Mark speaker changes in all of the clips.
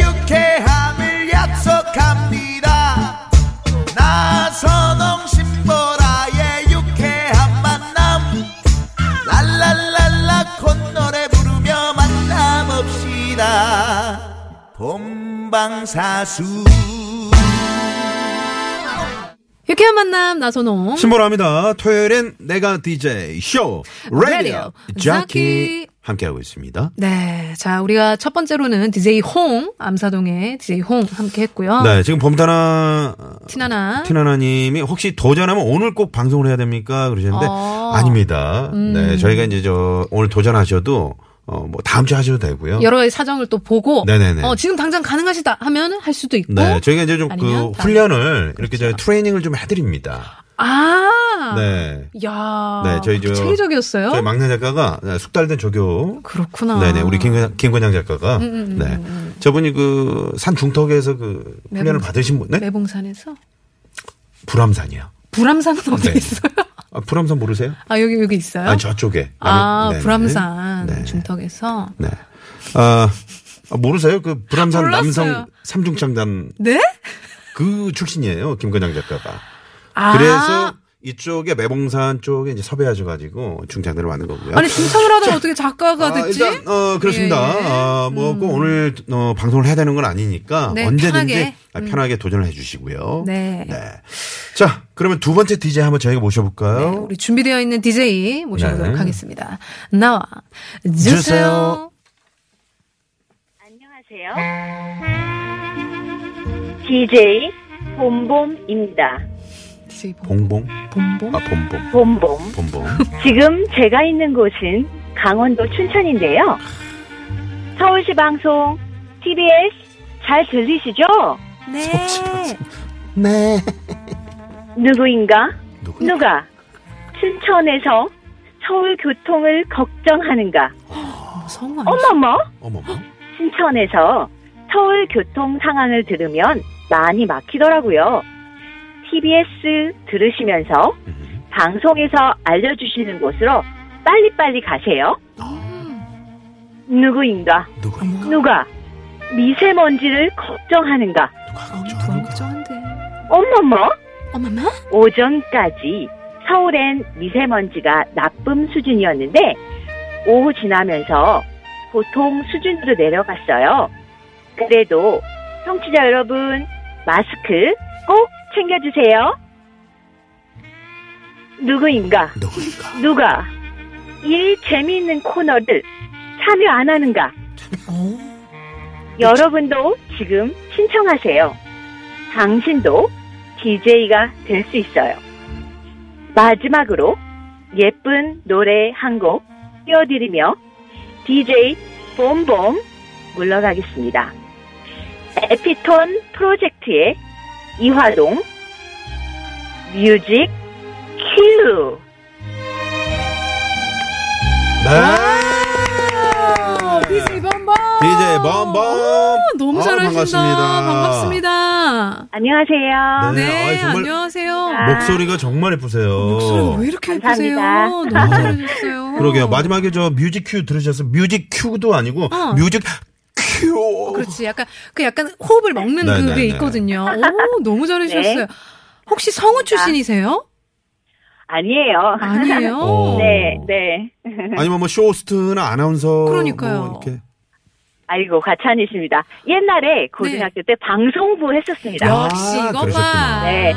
Speaker 1: 유쾌함을 약속합니다 나선홍 신보라의 유쾌한 만남 랄랄랄라 콧노래 부르며 만남없시다 본방사수
Speaker 2: 유쾌한 만남 나선홍
Speaker 3: 신보라입니다. 토요일엔 내가 DJ 쇼
Speaker 2: 라디오
Speaker 3: 라디오
Speaker 2: 자키.
Speaker 3: 자키 함께하고 있습니다.
Speaker 2: 네, 자 우리가 첫 번째로는 DJ 홍 암사동의 DJ 홍 함께 했고요.
Speaker 3: 네, 지금 봄타나
Speaker 2: 어. 티나나
Speaker 3: 티나나님이 혹시 도전하면 오늘 꼭 방송을 해야 됩니까? 그러시는데
Speaker 2: 어.
Speaker 3: 아닙니다. 네, 저희가 이제 저 오늘 도전하셔도 어 뭐 다음 주 하셔도 되고요.
Speaker 2: 여러 사정을 또 보고
Speaker 3: 네네네.
Speaker 2: 어, 지금 당장 가능하시다 하면 할 수도 있고.
Speaker 3: 네, 저희가 이제 좀 그
Speaker 2: 아니면 다음- 그렇죠.
Speaker 3: 훈련을 이렇게 저희 트레이닝을 좀 해드립니다.
Speaker 2: 아,
Speaker 3: 네,
Speaker 2: 야,
Speaker 3: 네, 저희 저
Speaker 2: 체계적이었어요.
Speaker 3: 저희 막내 작가가 네, 숙달된 조교
Speaker 2: 그렇구나.
Speaker 3: 네네 우리 김관, 김관장
Speaker 2: 음,
Speaker 3: 작가가 네 저분이 그 산 중턱에서 그 훈련을
Speaker 2: 매봉-
Speaker 3: 받으신 분, 네
Speaker 2: 매봉산에서
Speaker 3: 불암산이요.
Speaker 2: 불암산은 어디
Speaker 3: 네.
Speaker 2: 있어요?
Speaker 3: 아, 불암산 모르세요?
Speaker 2: 아 여기 여기 있어요?
Speaker 3: 아 저쪽에.
Speaker 2: 아,
Speaker 3: 네네.
Speaker 2: 불암산
Speaker 3: 네.
Speaker 2: 중턱에서.
Speaker 3: 네. 아, 아, 모르세요? 그 불암산
Speaker 2: 몰랐어요.
Speaker 3: 남성 삼중창단
Speaker 2: 네?
Speaker 3: 그 출신이에요 김관장 작가가.
Speaker 2: 아,
Speaker 3: 그래서 이쪽에 매봉산 쪽에 이제 섭외하셔가지고 중창단을 만든 거고요.
Speaker 2: 아니 중창을 하다가 어떻게 작가가
Speaker 3: 아,
Speaker 2: 됐지?
Speaker 3: 일단 어 그렇습니다.
Speaker 2: 예, 예.
Speaker 3: 아, 뭐꼭 오늘 어, 방송을 해야 되는 건 아니니까
Speaker 2: 네,
Speaker 3: 언제든지
Speaker 2: 편하게. 음.
Speaker 3: 아, 편하게 도전을 해주시고요.
Speaker 2: 네.
Speaker 3: 자 그러면 두 번째 DJ 한번 저희가 모셔볼까요?
Speaker 2: 네, 우리 준비되어 있는 DJ 모셔보도록
Speaker 3: 네.
Speaker 2: 하겠습니다. 나와 주세요.
Speaker 3: 주세요.
Speaker 4: 안녕하세요. DJ 봄봄입니다.
Speaker 2: DJ 봉-
Speaker 3: 봉봉
Speaker 2: 봉봉.
Speaker 3: 아 봄봄
Speaker 4: 봄봄.
Speaker 3: 봄봄.
Speaker 4: 지금 제가 있는 곳은 강원도 춘천인데요. 서울시 방송 TBS 잘 들리시죠?
Speaker 2: 네.
Speaker 3: 네.
Speaker 4: 누구인가?
Speaker 3: 누구?
Speaker 4: 누가 춘천에서 서울 교통을 걱정하는가?
Speaker 2: 성우 아니죠?
Speaker 4: 어머머!
Speaker 3: 어머.
Speaker 4: 신천에서 서울 교통 상황을 들으면 많이 막히더라고요. TBS 들으시면서
Speaker 3: 음.
Speaker 4: 방송에서 알려주시는 곳으로 빨리빨리 가세요. 누구인가,
Speaker 3: 누구?
Speaker 2: 어머.
Speaker 4: 누가 미세먼지를 걱정하는가.
Speaker 3: 누가
Speaker 2: 아,
Speaker 3: 걱정?
Speaker 2: 누가 걱정한데.
Speaker 4: 어머머,
Speaker 2: 어머나.
Speaker 4: 오전까지 서울엔 미세먼지가 나쁨 수준이었는데 오후 지나면서 보통 수준으로 내려갔어요. 그래도 청취자 여러분 마스크 꼭 챙겨주세요. 누구인가
Speaker 3: 누구인가?
Speaker 4: 누가 이 재미있는 코너를 참여 안 하는가
Speaker 2: 어.
Speaker 4: 여러분도 지금 신청하세요. 당신도 DJ가 될 수 있어요. 마지막으로 예쁜 노래 한 곡 띄워드리며 DJ 봄봄 물러가겠습니다. 에피톤 프로젝트의 이화동 뮤직 큐
Speaker 2: 아!
Speaker 3: 네.
Speaker 2: DJ 범범.
Speaker 3: DJ 범범.
Speaker 2: 너무
Speaker 3: 아,
Speaker 2: 잘하신다.
Speaker 3: 반갑습니다.
Speaker 2: 반갑습니다.
Speaker 4: 안녕하세요.
Speaker 3: 네,
Speaker 2: 네,
Speaker 3: 아이, 정말-
Speaker 2: 안녕하세요.
Speaker 4: 아,
Speaker 3: 목소리가 정말 예쁘세요.
Speaker 2: 목소리 왜 이렇게 예쁘세요?
Speaker 4: 감사합니다.
Speaker 2: 너무
Speaker 3: 아.
Speaker 2: 잘해주셨어요.
Speaker 3: 그러게요. 마지막에 저 뮤직 큐 들으셨어요? 뮤직 큐도 아니고
Speaker 2: 어.
Speaker 3: 뮤직 큐.
Speaker 2: 그렇지. 약간 그 약간 호흡을 먹는
Speaker 3: 네,
Speaker 2: 그게
Speaker 3: 네, 네.
Speaker 2: 있거든요. 오, 너무 잘해주셨어요.
Speaker 4: 네.
Speaker 2: 혹시 성우 출신이세요?
Speaker 4: 아니에요.
Speaker 2: 아니에요.
Speaker 3: 어.
Speaker 4: 네, 네.
Speaker 3: 아니면 뭐 쇼호스트나 아나운서
Speaker 2: 그러니까요.
Speaker 3: 뭐 이렇게
Speaker 4: 아이고 과찬이십니다. 옛날에 고등학교 때 방송부 했었습니다.
Speaker 3: 네. 야.
Speaker 2: 역시
Speaker 3: 아,
Speaker 2: 이거 봐.
Speaker 3: 그러셨구나.
Speaker 4: 네.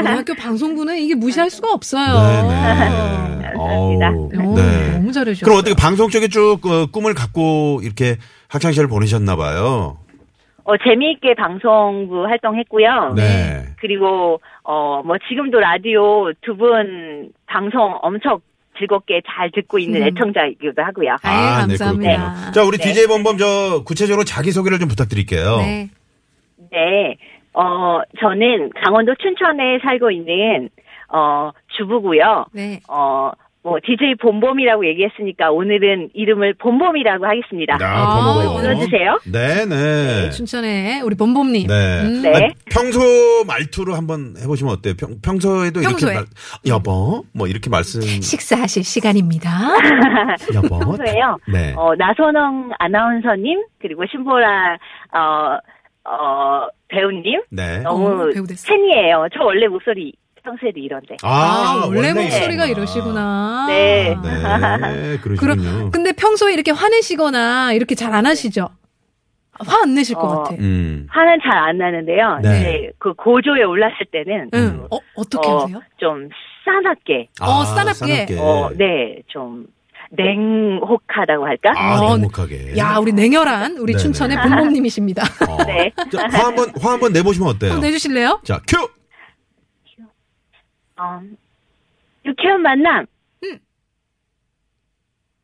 Speaker 2: 고등학교 아, 방송부는 이게 무시할 수가 없어요.
Speaker 3: 네, 네네.
Speaker 4: 감사합니다.
Speaker 3: 어우,
Speaker 2: 오,
Speaker 3: 네.
Speaker 2: 너무 잘해주셨어요.
Speaker 3: 그럼 어떻게 방송 쪽에 쭉 어, 꿈을 갖고 이렇게 학창 시절 보내셨나 봐요.
Speaker 4: 어, 재미있게 방송부 활동했고요.
Speaker 3: 네.
Speaker 4: 그리고 어, 뭐 지금도 라디오 두 분 방송 엄청 즐겁게 잘 듣고 있는
Speaker 2: 음.
Speaker 4: 애청자이기도 하고요.
Speaker 2: 아유, 감사합니다.
Speaker 3: 네, 그렇군요. 자, 우리
Speaker 4: 네.
Speaker 3: DJ 범범 저 구체적으로 자기 소개를 좀 부탁드릴게요.
Speaker 2: 네.
Speaker 4: 네, 어, 저는 강원도 춘천에 살고 있는 어, 주부고요.
Speaker 2: 네.
Speaker 4: 어, 뭐 DJ 봄봄이라고 얘기했으니까 오늘은 이름을 봄봄이라고 하겠습니다.
Speaker 2: 아,
Speaker 3: 번호가요.
Speaker 4: 불러주세요.
Speaker 3: 네, 네.
Speaker 2: 춘천에 우리 범범님.
Speaker 3: 네.
Speaker 4: 네.
Speaker 3: 아니, 평소 말투로 한번 해보시면 어때요? 평, 평소에도
Speaker 2: 평소에.
Speaker 3: 이렇게 말, 여보, 뭐 이렇게 말씀.
Speaker 2: 식사하실 시간입니다.
Speaker 3: 여보.
Speaker 4: 평소에요?
Speaker 3: 네.
Speaker 4: 어, 나선홍 아나운서님 그리고 신보라 어, 어, 배우님
Speaker 3: 네.
Speaker 4: 너무
Speaker 2: 어, 배우 됐어.
Speaker 4: 팬이에요. 저 원래 목소리 평소에도 이런데.
Speaker 2: 아, 원래 목소리가 이러시구나.
Speaker 3: 이랬구나.
Speaker 4: 네.
Speaker 3: 네,
Speaker 2: 그럼
Speaker 3: 그러시군요.
Speaker 2: 근데 평소에 이렇게 화내시거나 이렇게 잘 안 하시죠? 화 안 내실 것
Speaker 4: 어.
Speaker 2: 같아.
Speaker 3: 음.
Speaker 4: 화는 잘 안 나는데요.
Speaker 3: 네.
Speaker 4: 이제 그 고조에 올랐을 때는
Speaker 2: 응. 어, 어떻게
Speaker 4: 어,
Speaker 2: 하세요?
Speaker 4: 좀 싸납게
Speaker 3: 아,
Speaker 2: 어, 싸납게.
Speaker 4: 어, 네, 좀 냉혹하다고 할까?
Speaker 3: 아,
Speaker 2: 어,
Speaker 3: 행복하게.
Speaker 2: 야, 우리 냉혈한 우리
Speaker 3: 네네.
Speaker 2: 춘천의 본범님이십니다.
Speaker 3: 어.
Speaker 4: 네.
Speaker 3: 자, 화 한번 화 한번 내보시면 어때요?
Speaker 2: 한번 내주실래요?
Speaker 3: 자, 큐.
Speaker 4: 어, 유쾌한 만남.
Speaker 2: 음.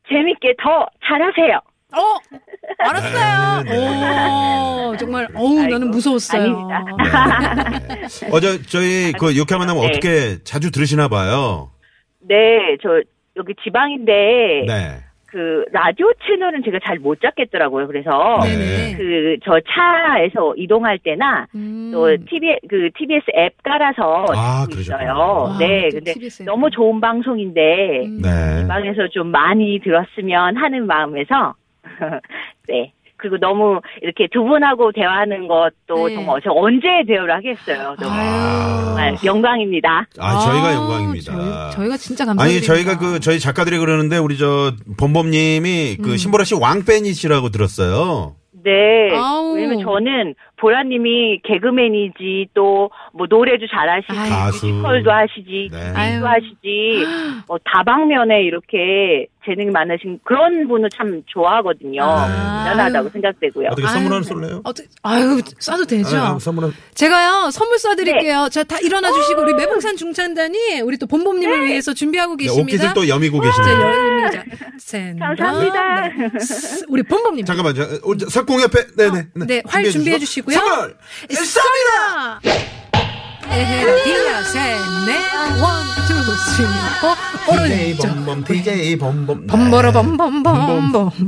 Speaker 4: 재밌게 더 잘하세요.
Speaker 2: 어, 알았어요.
Speaker 3: 네, 네.
Speaker 2: 오, 정말 어우 나는
Speaker 4: 아이고,
Speaker 2: 무서웠어요.
Speaker 4: 아닙니다.
Speaker 3: 네. 어제 저희 그 욕해 만나면
Speaker 4: 네.
Speaker 3: 어떻게 자주 들으시나 봐요.
Speaker 4: 네, 저 여기 지방인데
Speaker 3: 네.
Speaker 4: 그 라디오 채널은 제가 잘 못 잡겠더라고요. 그래서
Speaker 3: 네.
Speaker 2: 네네.
Speaker 4: 그 저 차에서 이동할 때나
Speaker 2: 음.
Speaker 4: 또 TBS 그 TBS 앱 깔아서
Speaker 3: 아,
Speaker 4: 듣고
Speaker 3: 그러셨구나.
Speaker 4: 있어요.
Speaker 3: 와,
Speaker 4: 네,
Speaker 2: 또
Speaker 4: 근데
Speaker 2: TBS 앱.
Speaker 4: 너무 좋은 방송인데
Speaker 2: 음.
Speaker 3: 네.
Speaker 4: 방에서 좀 많이 들었으면 하는 마음에서 네. 그리고 너무 이렇게 두 분하고 대화하는 것도
Speaker 2: 네.
Speaker 4: 정말 저 언제 대화를 하겠어요. 정말, 정말
Speaker 2: 아유.
Speaker 4: 영광입니다.
Speaker 3: 아, 저희가
Speaker 2: 아,
Speaker 3: 영광입니다.
Speaker 2: 저희, 가 진짜 감사드립니다.
Speaker 3: 아니 저희가 그 저희 작가들이 그러는데 우리 저 범범님이
Speaker 2: 음.
Speaker 3: 그 신보라 씨 왕팬이시라고 들었어요.
Speaker 4: 네.
Speaker 2: 아우.
Speaker 4: 왜냐면 저는 보라님이 개그맨이지 또 뭐 노래도 잘하시지
Speaker 2: 아유.
Speaker 3: 가수.
Speaker 4: 뮤지컬도 하시지
Speaker 3: 네.
Speaker 4: 기도
Speaker 2: 아유.
Speaker 4: 하시지 어, 다방면에 이렇게 재능이 많으신 그런 분을 참 좋아하거든요.
Speaker 2: 아.
Speaker 4: 대단하다고 생각되고요.
Speaker 3: 네. 어떻게 선물 하나 쏠래요?
Speaker 2: 어떻게- 아유 쏴도 되죠.
Speaker 3: 아, 선물 하나.
Speaker 2: 제가요 선물 쏴드릴게요. 자 다 일어나 주시고 우리 매봉산 중창단이 우리 또 본범님을 위해서 준비하고
Speaker 3: 네,
Speaker 2: 계십니다.
Speaker 3: 옷깃을 또 여미고
Speaker 2: 자,
Speaker 3: 계시네요.
Speaker 2: 열입니다. 샌.
Speaker 4: 감사합니다.
Speaker 2: 네. 쓰- 우리 본범님.
Speaker 3: 잠깐만, 저, 어, 저, 석공 옆에, 네네.
Speaker 2: 네, 활 준비해 주시고요.
Speaker 3: 선물!
Speaker 2: 쏩니다! 에헤디야, 셋, 넷, 원, 투, 쓰리, 포, 오른쪽.
Speaker 3: 범범, DJ 범범.
Speaker 2: 범버러 범범범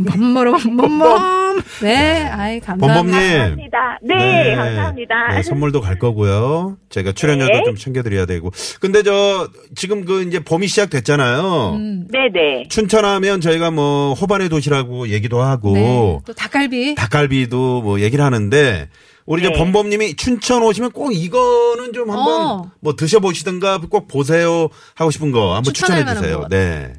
Speaker 2: 범버러 범범범 네 아이 감사합니다
Speaker 3: 범범님.
Speaker 4: 감사합니다. 네, 감사합니다.
Speaker 3: 네, 선물도 갈 거고요. 제가 출연료도
Speaker 4: 네.
Speaker 3: 좀 챙겨드려야 되고. 근데 저, 지금 그 이제 봄이 시작됐잖아요.
Speaker 2: 음.
Speaker 4: 네네.
Speaker 3: 춘천하면 저희가 뭐 호반의 도시라고 얘기도 하고
Speaker 2: 네, 또 닭갈비
Speaker 3: 닭갈비도 뭐 얘기를 하는데 우리 이제
Speaker 4: 네.
Speaker 3: 범범님이 춘천 오시면 꼭 이거는 좀 한번
Speaker 2: 어.
Speaker 3: 뭐 드셔보시든가 꼭 보세요 하고 싶은 거 한번
Speaker 2: 추천할
Speaker 3: 추천해
Speaker 2: 만한
Speaker 3: 주세요.
Speaker 2: 거.
Speaker 3: 네.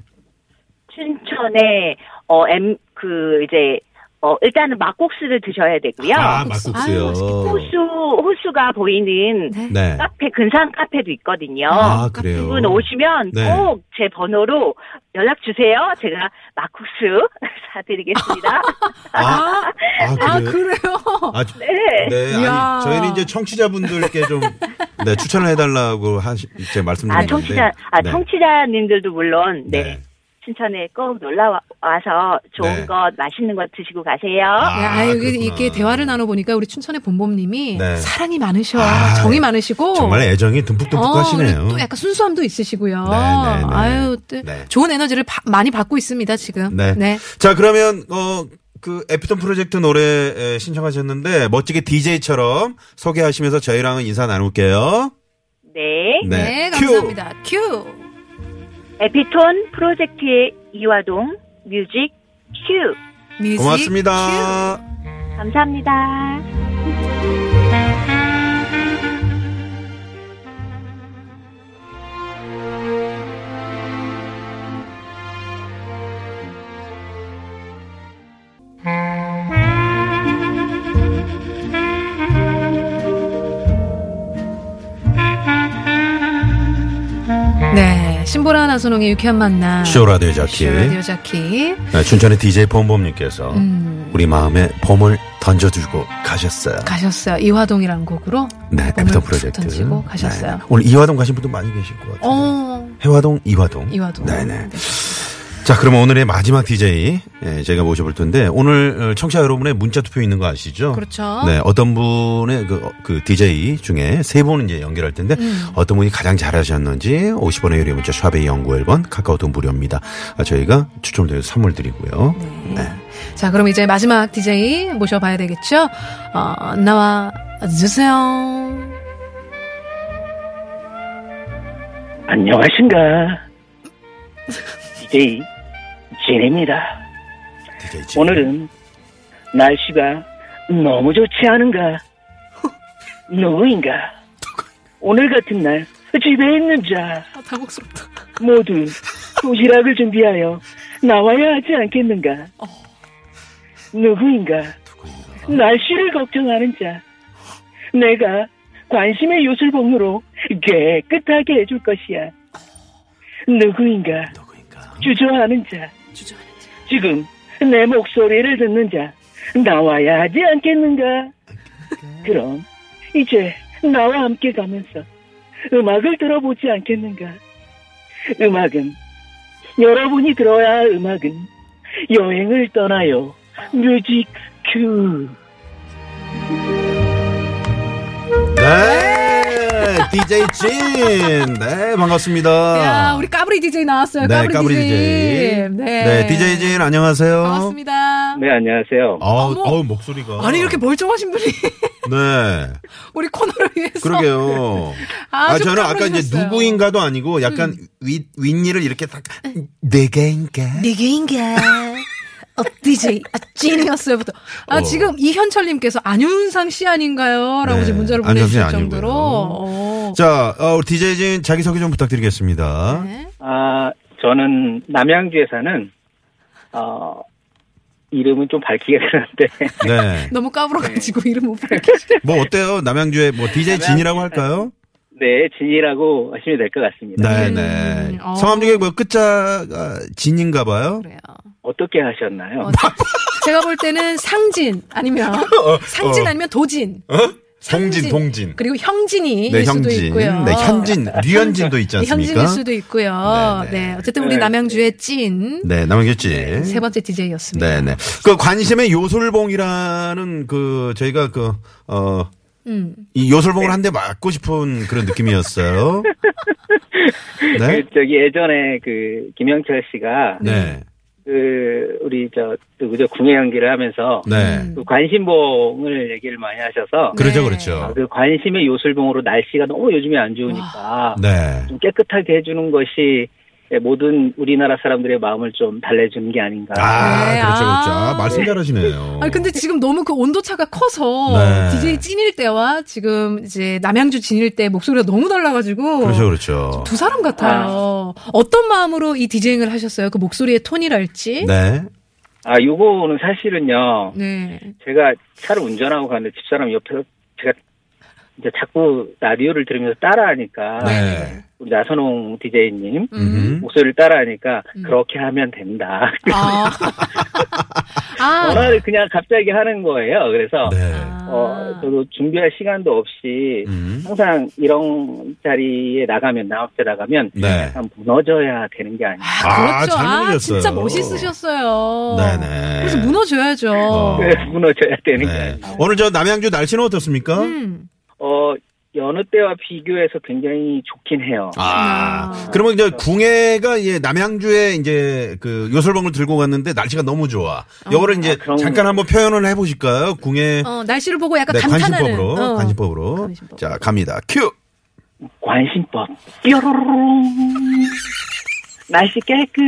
Speaker 4: 춘천에 어, 엠, 그 이제 어, 일단은 막국수를 드셔야 그 되고요.
Speaker 3: 아
Speaker 2: 막국수. 아유,
Speaker 3: 막국수요.
Speaker 4: 호수 호수가 보이는
Speaker 2: 네.
Speaker 3: 네.
Speaker 4: 카페 근상 카페도 있거든요.
Speaker 3: 아
Speaker 4: 두
Speaker 3: 그래요.
Speaker 4: 분 어, 오시면
Speaker 3: 네.
Speaker 4: 꼭 제 번호로 연락 주세요. 제가 막국수 사드리겠습니다.
Speaker 3: 아, 아,
Speaker 2: 아
Speaker 3: 그래요.
Speaker 2: 그래요
Speaker 3: 아, 네.
Speaker 2: 이야.
Speaker 3: 아니 저희는 이제 청취자분들께 좀 네, 추천을 해달라고 하시 이제 말씀드린
Speaker 4: 아 청취자 아
Speaker 3: 네.
Speaker 4: 청취자님들도 물론 네.
Speaker 3: 네.
Speaker 4: 춘천에 꼭 놀러 와서 좋은
Speaker 3: 네.
Speaker 4: 것 맛있는 것 드시고 가세요.
Speaker 2: 야,
Speaker 3: 아.
Speaker 2: 네, 아유, 이게-
Speaker 3: 그렇구나.
Speaker 2: 이렇게 대화를 나눠보니까 우리 춘천의 본범님이
Speaker 3: 네.
Speaker 2: 사랑이 많으셔.
Speaker 3: 아,
Speaker 2: 정이 많으시고.
Speaker 3: 정말 애정이 듬뿍듬뿍
Speaker 2: 어,
Speaker 3: 하시네요.
Speaker 2: 그리고 또 약간 순수함도 있으시고요.
Speaker 3: 네, 네, 네.
Speaker 2: 아유, 또
Speaker 3: 네.
Speaker 2: 좋은 에너지를 바- 많이 받고 있습니다, 지금.
Speaker 3: 네. 자, 그러면, 어, 그 에피톤 프로젝트 노래 에, 신청하셨는데 멋지게 DJ처럼 소개하시면서 저희랑은 인사 나눌게요.
Speaker 4: 네.
Speaker 2: 네,
Speaker 3: 큐.
Speaker 2: 감사합니다. 큐.
Speaker 4: 에피톤 프로젝트의 이화동 뮤직 큐.
Speaker 2: 뮤직
Speaker 3: 고맙습니다.
Speaker 4: 감사합니다.
Speaker 2: 큐. 네. 신보라 나선홍의 유쾌한 만남.
Speaker 3: 쇼라디오 자키.
Speaker 2: 쇼라디오 자키.
Speaker 3: 네, 춘천의 DJ 범범님께서 우리 마음에 봄을 던져주고 가셨어요.
Speaker 2: 가셨어요. 이화동이라는 곡으로.
Speaker 3: 네,
Speaker 2: 봄을
Speaker 3: 에피톤
Speaker 2: 툭
Speaker 3: 프로젝트.
Speaker 2: 던지고
Speaker 3: 네.
Speaker 2: 가셨어요.
Speaker 3: 오늘 이화동 가신 분도 많이 계실 것 같아요.
Speaker 2: 어.
Speaker 3: 해화동, 이화동.
Speaker 2: 이화동.
Speaker 3: 네네. 자, 그러면 오늘의 마지막 DJ 예, 저희가 모셔볼 텐데 오늘 어, 청취자 여러분의 문자 투표 있는 거 아시죠?
Speaker 2: 그렇죠.
Speaker 3: 네, 어떤 분의 그, 어, 그 DJ 중에 세 분은 이제 연결할 텐데
Speaker 2: 음.
Speaker 3: 어떤 분이 가장 잘하셨는지 50원의 유료 문자 샵의 연구 1번 카카오톡 무료입니다. 아, 저희가 추첨돼서 선물 드리고요.
Speaker 2: 네. 자, 그럼 이제 마지막 DJ 모셔봐야 되겠죠? 어, 나와 주세요.
Speaker 5: 안녕하신가. DJ 진입니다.
Speaker 3: DJ 지.
Speaker 5: 오늘은 날씨가 너무 좋지 않은가? 누구인가? 오늘 같은 날 집에 있는 자
Speaker 2: 아, 당혹스럽다.
Speaker 5: 모두 도시락을 준비하여 나와야 하지 않겠는가? 누구인가?
Speaker 3: 네,
Speaker 5: 날씨를 걱정하는 자 내가 관심의 요술봉으로 깨끗하게 해줄 것이야. 어. 누구인가?
Speaker 3: 누구인가?
Speaker 5: 주저하는 자. 지금 내 목소리를 듣는 자. 나와야 하지 않겠는가? 그럼 이제 나와 함께 가면서 음악을 들어보지 않겠는가? 음악은 여러분이 들어야 할 음악은 여행을 떠나요. 뮤직 큐.
Speaker 3: 네, DJ 진. 네, 반갑습니다.
Speaker 2: 야, 우리 까불이 DJ 나왔어요.
Speaker 3: 네,
Speaker 2: 까불이,
Speaker 3: 까불이
Speaker 2: DJ.
Speaker 3: DJ.
Speaker 2: 네.
Speaker 3: 네, DJ 진 안녕하세요.
Speaker 2: 반갑습니다.
Speaker 6: 네, 안녕하세요.
Speaker 3: 아우,
Speaker 2: 어머.
Speaker 3: 아우, 목소리가.
Speaker 2: 아니, 이렇게 멀쩡하신 분이
Speaker 3: 네.
Speaker 2: 우리 코너를 위해서.
Speaker 3: 그러게요. 아,
Speaker 2: 아주
Speaker 3: 저는 아까 이제
Speaker 2: 까불어주셨어요. 음.
Speaker 3: 누구인가도 아니고 약간 윗, 윗니를 이렇게 딱,
Speaker 2: 네.
Speaker 3: 내가인가?
Speaker 2: 누구인가? 어, DJ, 아, 찐이었어요부터. 아,
Speaker 3: 어.
Speaker 2: 지금 이현철님께서 안윤상 씨 아닌가요? 라고
Speaker 3: 네,
Speaker 2: 지금 문자를
Speaker 3: 안윤상 씨
Speaker 2: 보내주실 정도로.
Speaker 3: 아니고요.
Speaker 2: 어.
Speaker 3: 자, 어, 우리 DJ 진 자기소개 좀 부탁드리겠습니다.
Speaker 2: 네.
Speaker 6: 아, 저는 남양주에 사는, 어, 이름은 좀 밝히게 되는데,
Speaker 3: 네.
Speaker 2: 너무 까불어가지고 이름 못 밝히시.
Speaker 3: 뭐 어때요? 남양주에 뭐 DJ 진이라고 할까요?
Speaker 6: 네, 진이라고 하시면 될 것 같습니다.
Speaker 3: 네,
Speaker 2: 음,
Speaker 3: 네.
Speaker 2: 어.
Speaker 3: 성함 중에 뭐 끝자가 진인가 봐요?
Speaker 2: 그래요.
Speaker 6: 어떻게 하셨나요?
Speaker 2: 어, 제가 볼 때는 상진, 아니면, 상진 아니면 도진. 상진,
Speaker 3: 어, 동진, 동진.
Speaker 2: 그리고 형진이
Speaker 3: 네,
Speaker 2: 일 수도
Speaker 3: 형진.
Speaker 2: 있고요.
Speaker 3: 네, 현진, 류현진도 있지 않습니까?
Speaker 2: 일 수도 있고요.
Speaker 3: 네,
Speaker 2: 네,
Speaker 3: 네.
Speaker 2: 어쨌든 우리 남양주의 찐.
Speaker 3: 네, 남양주 진.
Speaker 2: 세 번째 DJ였습니다.
Speaker 3: 네네. 그 관심의 요술봉이라는 그 저희가 그, 어,
Speaker 2: 음.
Speaker 3: 이 요술봉을 한 대 맞고 싶은 그런 느낌이었어요. 네?
Speaker 6: 그, 저기 예전에 그, 김영철 씨가,
Speaker 3: 네.
Speaker 6: 그, 우리 저, 누구죠, 궁예 연기를 하면서,
Speaker 3: 네.
Speaker 6: 그 관심봉을 얘기를 많이 하셔서,
Speaker 2: 음. 네.
Speaker 3: 그렇죠,
Speaker 6: 아,
Speaker 3: 그렇죠.
Speaker 6: 그 관심의 요술봉으로 날씨가 너무 요즘에 안
Speaker 2: 아,
Speaker 6: 좋으니까,
Speaker 3: 네.
Speaker 6: 좀 깨끗하게 해주는 것이, 모든 우리나라 사람들의 마음을 좀 달래주는 게 아닌가.
Speaker 3: 아,
Speaker 2: 네,
Speaker 3: 그렇죠, 그렇죠. 아,
Speaker 2: 아.
Speaker 3: 말씀 잘하시네요.
Speaker 2: 아니 근데 지금 너무 그 온도차가 커서
Speaker 3: 어. 네.
Speaker 2: DJ 찐일 때와 지금 이제 남양주 진일 때 목소리가 너무 달라가지고
Speaker 3: 그렇죠, 그렇죠.
Speaker 2: 두 사람 같아요. 어떤 마음으로 이 디제잉을 하셨어요? 그 목소리의 톤이랄지.
Speaker 3: 네.
Speaker 6: 아, 요거는 사실은요,
Speaker 2: 네.
Speaker 6: 제가 차를 운전하고 가는데 집사람 옆에서 제가 이제 자꾸 라디오를 들으면서 따라하니까
Speaker 3: 네.
Speaker 6: 우리 나선홍 DJ님
Speaker 3: 음.
Speaker 6: 목소리를 따라하니까 그렇게 하면 된다.
Speaker 2: 아. 아.
Speaker 6: 전화를 그냥 갑자기 하는 거예요. 그래서
Speaker 3: 네.
Speaker 6: 어, 저도 준비할 시간도 없이
Speaker 3: 음.
Speaker 6: 항상 이런 자리에 나가면 나 혼자 나가면
Speaker 3: 네.
Speaker 6: 약간 무너져야 되는 게 아닌가.
Speaker 3: 아,
Speaker 2: 그렇죠.
Speaker 3: 잘
Speaker 2: 아,
Speaker 3: 부르셨어요.
Speaker 2: 진짜 멋있으셨어요.
Speaker 3: 네네.
Speaker 2: 그래서 무너져야죠.
Speaker 3: 어.
Speaker 6: 무너져야 되는 게
Speaker 3: 네.
Speaker 6: 아닌가.
Speaker 3: 오늘 저 남양주 날씨는 어떻습니까?
Speaker 2: 음.
Speaker 6: 어, 여느 때와 비교해서 굉장히 좋긴 해요.
Speaker 3: 아, 그러면 이제 궁예가 예, 남양주에 이제 그 요술봉을 들고 갔는데 날씨가 너무 좋아. 요거를 이제
Speaker 6: 그럼-
Speaker 3: 잠깐 한번 표현을 해보실까요? 궁예
Speaker 2: 어, 날씨를 보고 약간
Speaker 3: 네,
Speaker 2: 감탄하는.
Speaker 3: 관심법으로,
Speaker 2: 어.
Speaker 3: 관심법으로.
Speaker 2: 관심법.
Speaker 3: 자, 갑니다. 큐!
Speaker 6: 관심법. 뾰로롱. 날씨 깨끗.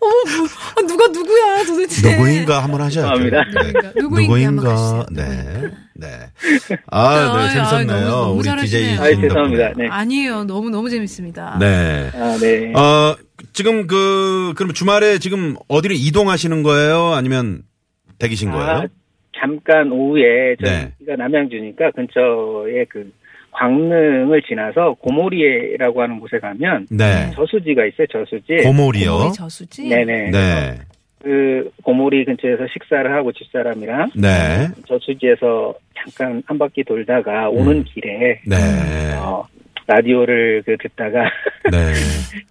Speaker 2: 어머, 뭐, 아, 누가 누구야 도대체.
Speaker 3: 누구인가 한번 하셔야죠.
Speaker 6: 감사합니다.
Speaker 3: 네.
Speaker 2: 누구인가? 누구인가 한번
Speaker 3: 누구인가?
Speaker 2: 가주세요.
Speaker 3: 네. 네. 아,
Speaker 2: 아,
Speaker 3: 네. 재밌었네요.
Speaker 2: 아, 너무- 너무
Speaker 3: 우리
Speaker 2: 잘하시네요.
Speaker 3: DJ.
Speaker 6: 아 죄송합니다. 네.
Speaker 2: 아니에요. 너무 너무 재밌습니다.
Speaker 3: 네.
Speaker 6: 아, 네.
Speaker 3: 어, 지금 그, 그럼 주말에 지금 어디로 이동하시는 거예요? 아니면 댁이신
Speaker 6: 아,
Speaker 3: 거예요?
Speaker 6: 잠깐 오후에
Speaker 3: 네.
Speaker 6: 저희가 남양주니까 근처에 그 광릉을 지나서 고모리에라고 하는 곳에 가면
Speaker 3: 네.
Speaker 6: 저수지가 있어요. 저수지.
Speaker 3: 고모리요.
Speaker 2: 우리 저수지.
Speaker 6: 네네.
Speaker 3: 네.
Speaker 6: 그 고모리 근처에서 식사를 하고 집사람이랑
Speaker 3: 네.
Speaker 6: 저수지에서 잠깐 한 바퀴 돌다가 오는 길에
Speaker 3: 음. 네.
Speaker 6: 음. 어, 라디오를 그 듣다가
Speaker 3: 네.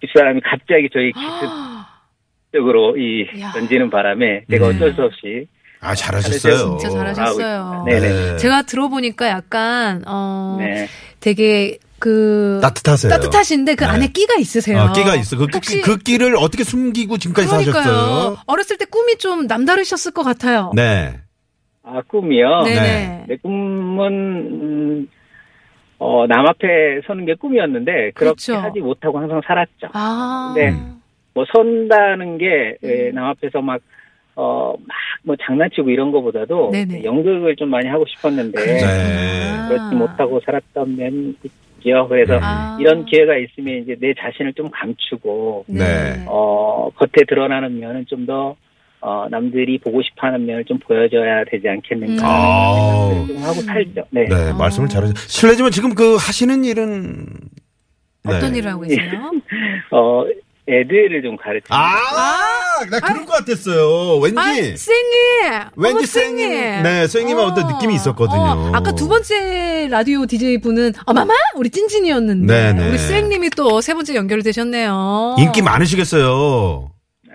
Speaker 6: 집사람이 갑자기 저희 기습적으로 이
Speaker 2: 아. 야.
Speaker 6: 던지는 바람에 제가 어쩔 수 없이
Speaker 3: 아, 음. 잘하셨어요.
Speaker 2: 진짜 잘하셨어요.
Speaker 6: 하고 있- 네네.
Speaker 3: 네.
Speaker 2: 제가 들어보니까 약간 어
Speaker 6: 네.
Speaker 2: 되게 그
Speaker 3: 따뜻하세요.
Speaker 2: 따뜻하신데 그
Speaker 3: 네.
Speaker 2: 안에 끼가 있으세요.
Speaker 3: 아, 끼가 있어. 그, 끼-
Speaker 2: 혹시
Speaker 3: 그 끼를 어떻게 숨기고 지금까지
Speaker 2: 그러니까요.
Speaker 3: 사셨어요?
Speaker 2: 어렸을 때 꿈이 좀 남다르셨을 것 같아요.
Speaker 3: 네.
Speaker 6: 아 꿈이요.
Speaker 2: 네네.
Speaker 3: 네.
Speaker 6: 내 꿈은 음, 어, 남 앞에 서는 게 꿈이었는데 그렇게
Speaker 2: 그렇죠.
Speaker 6: 하지 못하고 항상 살았죠.
Speaker 2: 아.
Speaker 6: 네.
Speaker 3: 음.
Speaker 6: 뭐 선다는 게 예, 남 앞에서 막 어, 막 뭐 장난치고 이런 거보다도 예,
Speaker 2: 네네. 아.
Speaker 6: 연극을 좀 많이 하고 싶었는데
Speaker 3: 그렇죠.
Speaker 2: 그렇구나.
Speaker 6: 그렇지 못하고 살았던 면이 있죠. 그래서
Speaker 2: 아.
Speaker 6: 이런 기회가 있으면 이제 내 자신을 좀 감추고
Speaker 3: 네.
Speaker 6: 어, 겉에 드러나는 면은 좀 더 어, 남들이 보고 싶어하는 면을 좀 보여줘야 되지 않겠는가
Speaker 3: 음. 아우.
Speaker 6: 좀 하고 살죠. 네.
Speaker 3: 네, 말씀을 잘하셨. 실례지만 지금 그 하시는 일은 네.
Speaker 2: 어떤 일을 하고 계세요?
Speaker 6: 어, 애들을 좀 가르치는
Speaker 3: 아, 나 그런 것 같았어요. 왠지
Speaker 2: 아, 쌩이!
Speaker 3: 왠지
Speaker 2: 어머,
Speaker 3: 쌩이. 네, 쌩이만 어떤 느낌이 있었거든요.
Speaker 2: 아까 두 번째 라디오 DJ 분은, 어마마? 우리 찐찐이었는데.
Speaker 3: 네네.
Speaker 2: 우리 쌩님이 또 세 번째 연결되셨네요.
Speaker 3: 인기 많으시겠어요.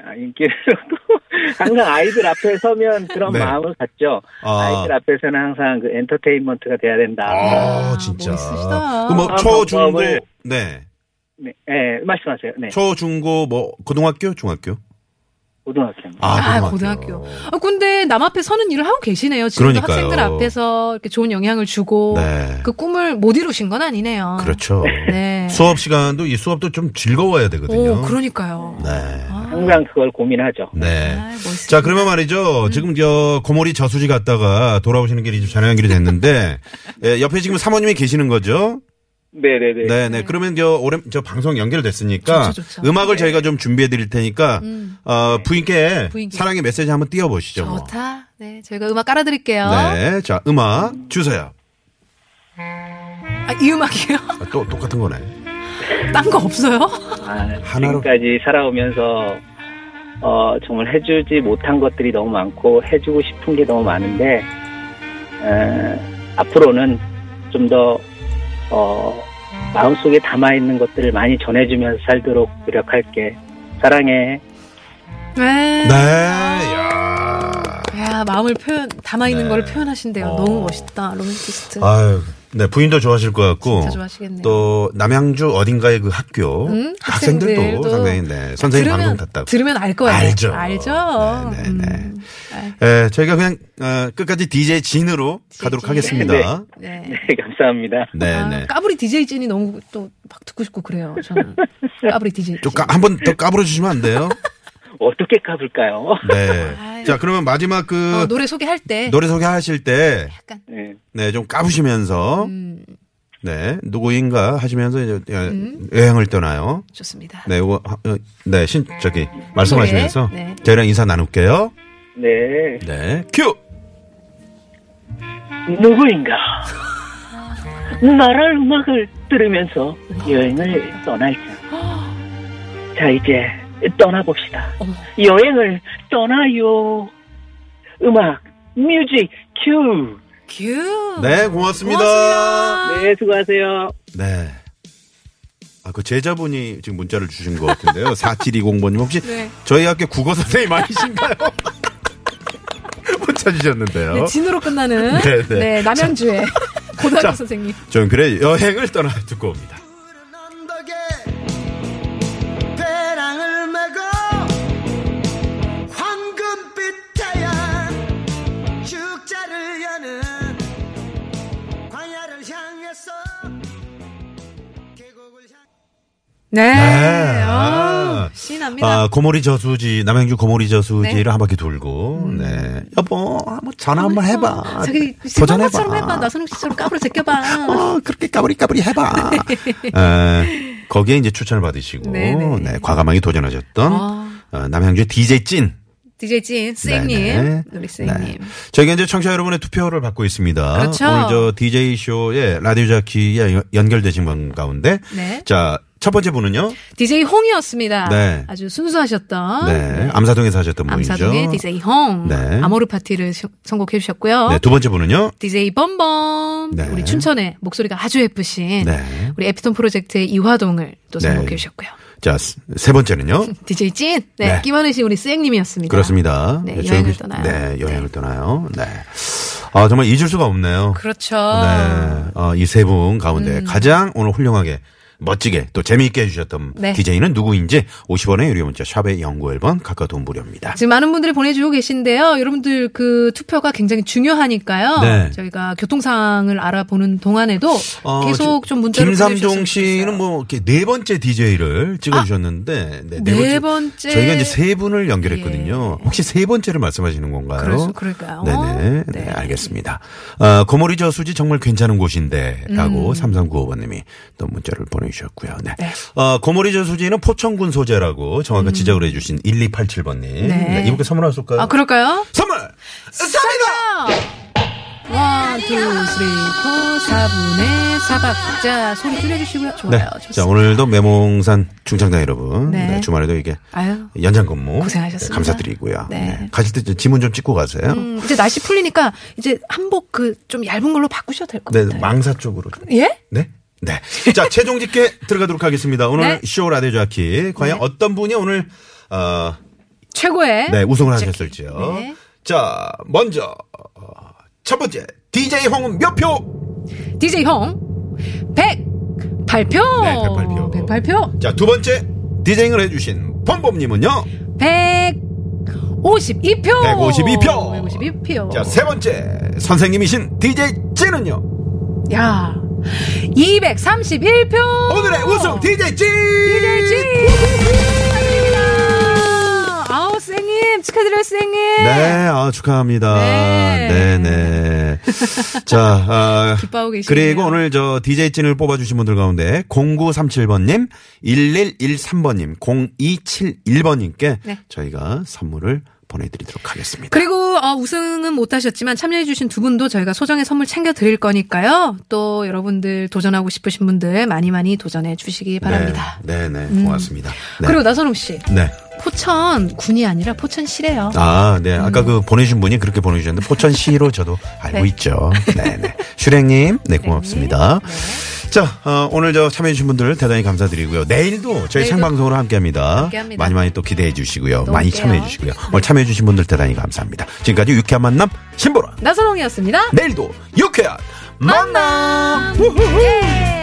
Speaker 6: 아, 인기를 항상 아이들 앞에 서면 그런
Speaker 3: 네.
Speaker 6: 마음을 갖죠. 아. 이들 앞에서는 항상 그 엔터테인먼트가 돼야 된다.
Speaker 3: 아,
Speaker 2: 아,
Speaker 3: 진짜.
Speaker 2: 멋있으시다.
Speaker 3: 그뭐
Speaker 6: 아,
Speaker 3: 초중고
Speaker 6: 방법을.
Speaker 3: 네.
Speaker 6: 네, 네, 말씀하세요. 네,
Speaker 3: 초중고 뭐 고등학교, 중학교?
Speaker 6: 고등학생.
Speaker 2: 아, 고등학교. 아, 근데 남 앞에 서는 일을 하고 계시네요. 지금
Speaker 3: 그러니까요.
Speaker 2: 학생들 앞에서 이렇게 좋은 영향을 주고
Speaker 3: 네.
Speaker 2: 그 꿈을 못 이루신 건 아니네요.
Speaker 3: 그렇죠.
Speaker 2: 네.
Speaker 3: 수업 시간도 이 수업도 좀 즐거워야 되거든요.
Speaker 2: 오, 그렇죠. 아, 그러니까요.
Speaker 3: 네.
Speaker 6: 항상 그걸 고민하죠.
Speaker 3: 네.
Speaker 2: 아, 멋있습니다.
Speaker 3: 자, 그러면
Speaker 2: 음.
Speaker 3: 말이죠. 지금 저 고모리 저수지 갔다가 돌아오시는 길이 지금 전화 연결이 됐는데 예, 옆에 지금 사모님이 계시는 거죠?
Speaker 6: 네, 네, 네.
Speaker 3: 네, 네. 그러면 저 오랜 저 방송 연결됐으니까
Speaker 2: 좋죠, 좋죠.
Speaker 3: 음악을 저희가 좀 준비해 드릴 테니까
Speaker 2: 음.
Speaker 3: 어, 부인께,
Speaker 2: 부인께.
Speaker 3: 사랑의 메시지 한번 띄워 보시죠. 뭐.
Speaker 2: 좋다. 네, 저희가 음악 깔아드릴게요.
Speaker 3: 그렇죠. 네, 자 음악 주세요.
Speaker 2: 아, 이 음악이요?
Speaker 3: 아, 또 똑같은 거네.
Speaker 2: 딴 거 없어요?
Speaker 6: 아,
Speaker 3: 하나로.
Speaker 6: 지금까지 살아오면서 어, 정말 해주지 못한 것들이 너무 많고 해주고 싶은 게 너무 많은데 에, 앞으로는 좀 더 어, 마음속에 담아 있는 것들을 많이 전해주면서 살도록 노력할게. 사랑해.
Speaker 2: 네.
Speaker 3: 네,
Speaker 2: 아.
Speaker 3: 야.
Speaker 2: 야, 마음을 표현, 담아있는
Speaker 3: 네.
Speaker 2: 걸 표현하신대요.
Speaker 3: 어.
Speaker 2: 너무 멋있다. 로맨티스트.
Speaker 3: 아유, 네 부인도 좋아하실 것 같고.
Speaker 2: 진짜 좋아하시겠네요.
Speaker 3: 또 남양주 어딘가의 그 학교
Speaker 2: 음,
Speaker 3: 학생들도,
Speaker 2: 학생들도
Speaker 3: 상당히 네, 선생님 방송 탔다고.
Speaker 2: 들으면 알 거예요.
Speaker 3: 알죠.
Speaker 2: 알죠.
Speaker 3: 네, 네, 네.
Speaker 2: 음, 알-
Speaker 3: 예, 저희가 그냥 어, 끝까지 DJ 진으로 가도록
Speaker 2: 진.
Speaker 3: 하겠습니다.
Speaker 2: 네.
Speaker 6: 네, 감사합니다.
Speaker 3: 네,
Speaker 2: 아,
Speaker 3: 네.
Speaker 2: 까불이 DJ 찐이 너무 또 막 듣고 싶고 그래요. 저는 까불이 DJ. 찐.
Speaker 3: 좀한번 더 까불어 주시면 안 돼요?
Speaker 6: 어떻게 가볼까요?
Speaker 3: 네.
Speaker 2: 아유.
Speaker 3: 자, 그러면 마지막 그
Speaker 2: 어, 노래 소개할 때
Speaker 3: 노래 소개하실 때
Speaker 2: 약간
Speaker 6: 네.
Speaker 3: 네, 좀 까부시면서
Speaker 2: 음,
Speaker 3: 네, 누구인가 하시면서 이제 여-
Speaker 2: 음?
Speaker 3: 여행을 떠나요.
Speaker 2: 좋습니다.
Speaker 3: 네, 이거 하- 어, 네, 신 저기 말씀하시면서
Speaker 2: 네, 네.
Speaker 3: 저희랑 인사 나눌게요.
Speaker 6: 네.
Speaker 3: 네, 큐.
Speaker 5: 누구인가? 나라 음악을 들으면서 여행을 떠날자. 자, 이제 떠나봅시다.
Speaker 2: 어머.
Speaker 5: 여행을 떠나요. 음악, 뮤직, 큐.
Speaker 2: 큐.
Speaker 3: 네, 고맙습니다.
Speaker 2: 고맙습니다.
Speaker 6: 네, 수고하세요.
Speaker 3: 네. 아, 그 제자분이 지금 문자를 주신 것 같은데요. 4720번님 혹시
Speaker 2: 네.
Speaker 3: 저희 학교 국어 선생님 아니신가요? 문자 주셨는데요.
Speaker 2: 네, 진으로 끝나는
Speaker 3: 네, 네.
Speaker 2: 남양주의 고등학교
Speaker 3: 자.
Speaker 2: 선생님.
Speaker 3: 정글의 여행을 떠나 듣고 옵니다.
Speaker 1: 푸른 언덕에 배낭을 메고 황금빛 태양 축제를 여는 광야를 향해서 계곡을 향해
Speaker 2: 네.
Speaker 3: 네.
Speaker 2: 아,
Speaker 3: 아.
Speaker 2: 신납니다.
Speaker 3: 아, 고모리 저수지, 남양주 고모리 저수지를
Speaker 2: 네. 음. 어,
Speaker 3: 한 바퀴 돌고, 네. 여보, 한번 전화 한번 해봐.
Speaker 2: 저기
Speaker 3: 도전해봐.
Speaker 2: 실망처럼 해봐. 나선욱 씨처럼 까불어 제껴봐.
Speaker 3: 어, 그렇게 까불이까불이 해봐. 에, 거기에 이제 추천을 받으시고,
Speaker 2: 네네.
Speaker 3: 네, 과감하게 도전하셨던,
Speaker 2: 아.
Speaker 3: 어, 남양주의 DJ 찐.
Speaker 2: DJ 찐,
Speaker 3: 네네.
Speaker 2: 쌤님. 우리 쌤님.
Speaker 3: 네. 저희가 이제 청취자 여러분의 투표를 받고 있습니다.
Speaker 2: 그렇죠.
Speaker 3: 오늘 저 DJ 쇼에 라디오 자키에 연- 연결되신 분 가운데
Speaker 2: 네.
Speaker 3: 자 첫 번째 분은요?
Speaker 2: DJ 홍이었습니다.
Speaker 3: 네.
Speaker 2: 아주 순수하셨던
Speaker 3: 네. 암사동에서 하셨던
Speaker 2: 어?
Speaker 3: 분이죠.
Speaker 2: 암사동의 어? DJ 홍
Speaker 3: 네.
Speaker 2: 아모르 파티를 시- 선곡해 주셨고요.
Speaker 3: 네, 두 번째 분은요?
Speaker 2: DJ 범범
Speaker 3: 네.
Speaker 2: 우리 춘천의 목소리가 아주 예쁘신
Speaker 3: 네.
Speaker 2: 우리 에피톤 프로젝트의 이화동을 또
Speaker 3: 네.
Speaker 2: 선곡해 주셨고요.
Speaker 3: 자, 스- 세 번째는요?
Speaker 2: DJ 찐, 네,
Speaker 3: 네.
Speaker 2: 김원우 씨 우리 쌩님이었습니다.
Speaker 3: 그렇습니다.
Speaker 2: 네,
Speaker 3: 조용히-
Speaker 2: 여행을 떠나요.
Speaker 3: 네, 여행을 떠나요. 네. 아, 정말 잊을 수가 없네요.
Speaker 2: 그렇죠.
Speaker 3: 네. 어, 이 세 분 가운데 가장 오늘 훌륭하게 멋지게 또 재미있게 해주셨던
Speaker 2: 네.
Speaker 3: DJ는 누구인지 50원의 유료 문자 샵의 연구 앨범 가까운 무료입니다.
Speaker 2: 지금 많은 분들이 보내주고 계신데요. 여러분들 그 투표가 굉장히 중요하니까요.
Speaker 3: 네.
Speaker 2: 저희가 교통 상황을 알아보는 동안에도
Speaker 3: 어,
Speaker 2: 계속
Speaker 3: 지-
Speaker 2: 좀 문자를
Speaker 3: 김삼종
Speaker 2: 보내주셨으면
Speaker 3: 씨는
Speaker 2: 좋겠어요.
Speaker 3: 뭐 이렇게 네 번째 DJ를 찍어주셨는데 네,
Speaker 2: 네 번째. 예.
Speaker 3: 저희가 이제 세 분을 연결했거든요. 혹시 세 번째를 말씀하시는 건가요?
Speaker 2: 그래서 그럴까요?
Speaker 3: 네네. 네, 알겠습니다. 아, 고모리 저수지 정말 괜찮은
Speaker 2: 음.
Speaker 3: 곳인데라고 3395번님이 또 문자를 보내주셨고요. 네. 아, 고모리 저수지는 포천군 소재라고 정확한 지적을 해주신 1287번님. 네. 이분께 선물 하실까요?
Speaker 2: 음. 아 그럴까요?
Speaker 3: 선물!
Speaker 2: 원, 투, 쓰리, 포, 사분의 사박자 소리 줄여주시고요. 좋아요.
Speaker 3: 네.
Speaker 2: 좋습니다.
Speaker 3: 자, 오늘도 매몽산 중창단 여러분.
Speaker 2: 네.
Speaker 3: 네, 주말에도 이게
Speaker 2: 아유.
Speaker 3: 연장 근무
Speaker 2: 고생하셨습니다.
Speaker 3: 네, 감사드리고요.
Speaker 2: 네.
Speaker 3: 네. 가실 때 이제 지문 좀 찍고 가세요.
Speaker 2: 음, 이제 날씨 풀리니까 이제 한복 그 좀 얇은 걸로 바꾸셔도 될 것
Speaker 3: 네,
Speaker 2: 같아요.
Speaker 3: 망사 쪽으로. 좀.
Speaker 2: 예?
Speaker 3: 네. 네. 자, 최종 집계 들어가도록 하겠습니다. 오늘
Speaker 2: 네.
Speaker 3: 쇼 라디오 아키 과연 어떤 분이 오늘 어,
Speaker 2: 최고의
Speaker 3: 네, 우승을 하셨을지요.
Speaker 2: 네.
Speaker 3: 자, 먼저 어, 첫 번째 DJ 홍은 몇 표?
Speaker 2: DJ 형 108표.
Speaker 3: 네, 108표.
Speaker 2: 108표.
Speaker 3: 자, 두 번째 디제잉을 해 주신 범범 님은요.
Speaker 2: 152표.
Speaker 3: 152표.
Speaker 2: 152표.
Speaker 3: 자, 세 번째 선생님이신 DJ 찐은요.
Speaker 2: 야. 231표.
Speaker 3: 오늘의 우승 DJ 찐!
Speaker 2: 축하드립니다. 아우 쌤님 축하드려요 쌤님.
Speaker 3: 네, 아, 축하합니다. 네,
Speaker 2: 네.
Speaker 3: 네. 자, 아,
Speaker 2: 기뻐하고 계시네요.
Speaker 3: 그리고 오늘 저 DJ 찐을 뽑아주신 분들 가운데 0937번님, 1113번님, 0271번님께
Speaker 2: 네.
Speaker 3: 저희가 선물을 보내드리도록 하겠습니다.
Speaker 2: 그리고 어, 우승은 못하셨지만 참여해주신 두 분도 저희가 소정의 선물 챙겨드릴 거니까요. 또 여러분들 도전하고 싶으신 분들 많이 많이 도전해 주시기 바랍니다. 음.
Speaker 3: 네, 네, 네. 고맙습니다. 네.
Speaker 2: 그리고 나선홍 씨
Speaker 3: 네.
Speaker 2: 포천 군이 아니라 포천시래요.
Speaker 3: 아, 네. 아까 그 보내주신 분이 그렇게 보내주셨는데 포천시로 저도 알고
Speaker 2: 네.
Speaker 3: 있죠. 네네. 슈랭님, 네, 고맙습니다. 자, 어, 오늘 저 참여해주신 분들 대단히 감사드리고요. 내일도 저희
Speaker 2: 내일도
Speaker 3: 생방송으로 함께 합니다.
Speaker 2: 함께 합니다.
Speaker 3: 많이 많이 또 기대해 주시고요.
Speaker 2: 또
Speaker 3: 많이
Speaker 2: 올게요.
Speaker 3: 참여해 주시고요. 오늘 참여해주신 분들 대단히 감사합니다. 지금까지 유쾌한 만남 신보라.
Speaker 2: 나선홍이었습니다.
Speaker 3: 내일도 유쾌한 만남!
Speaker 2: 예.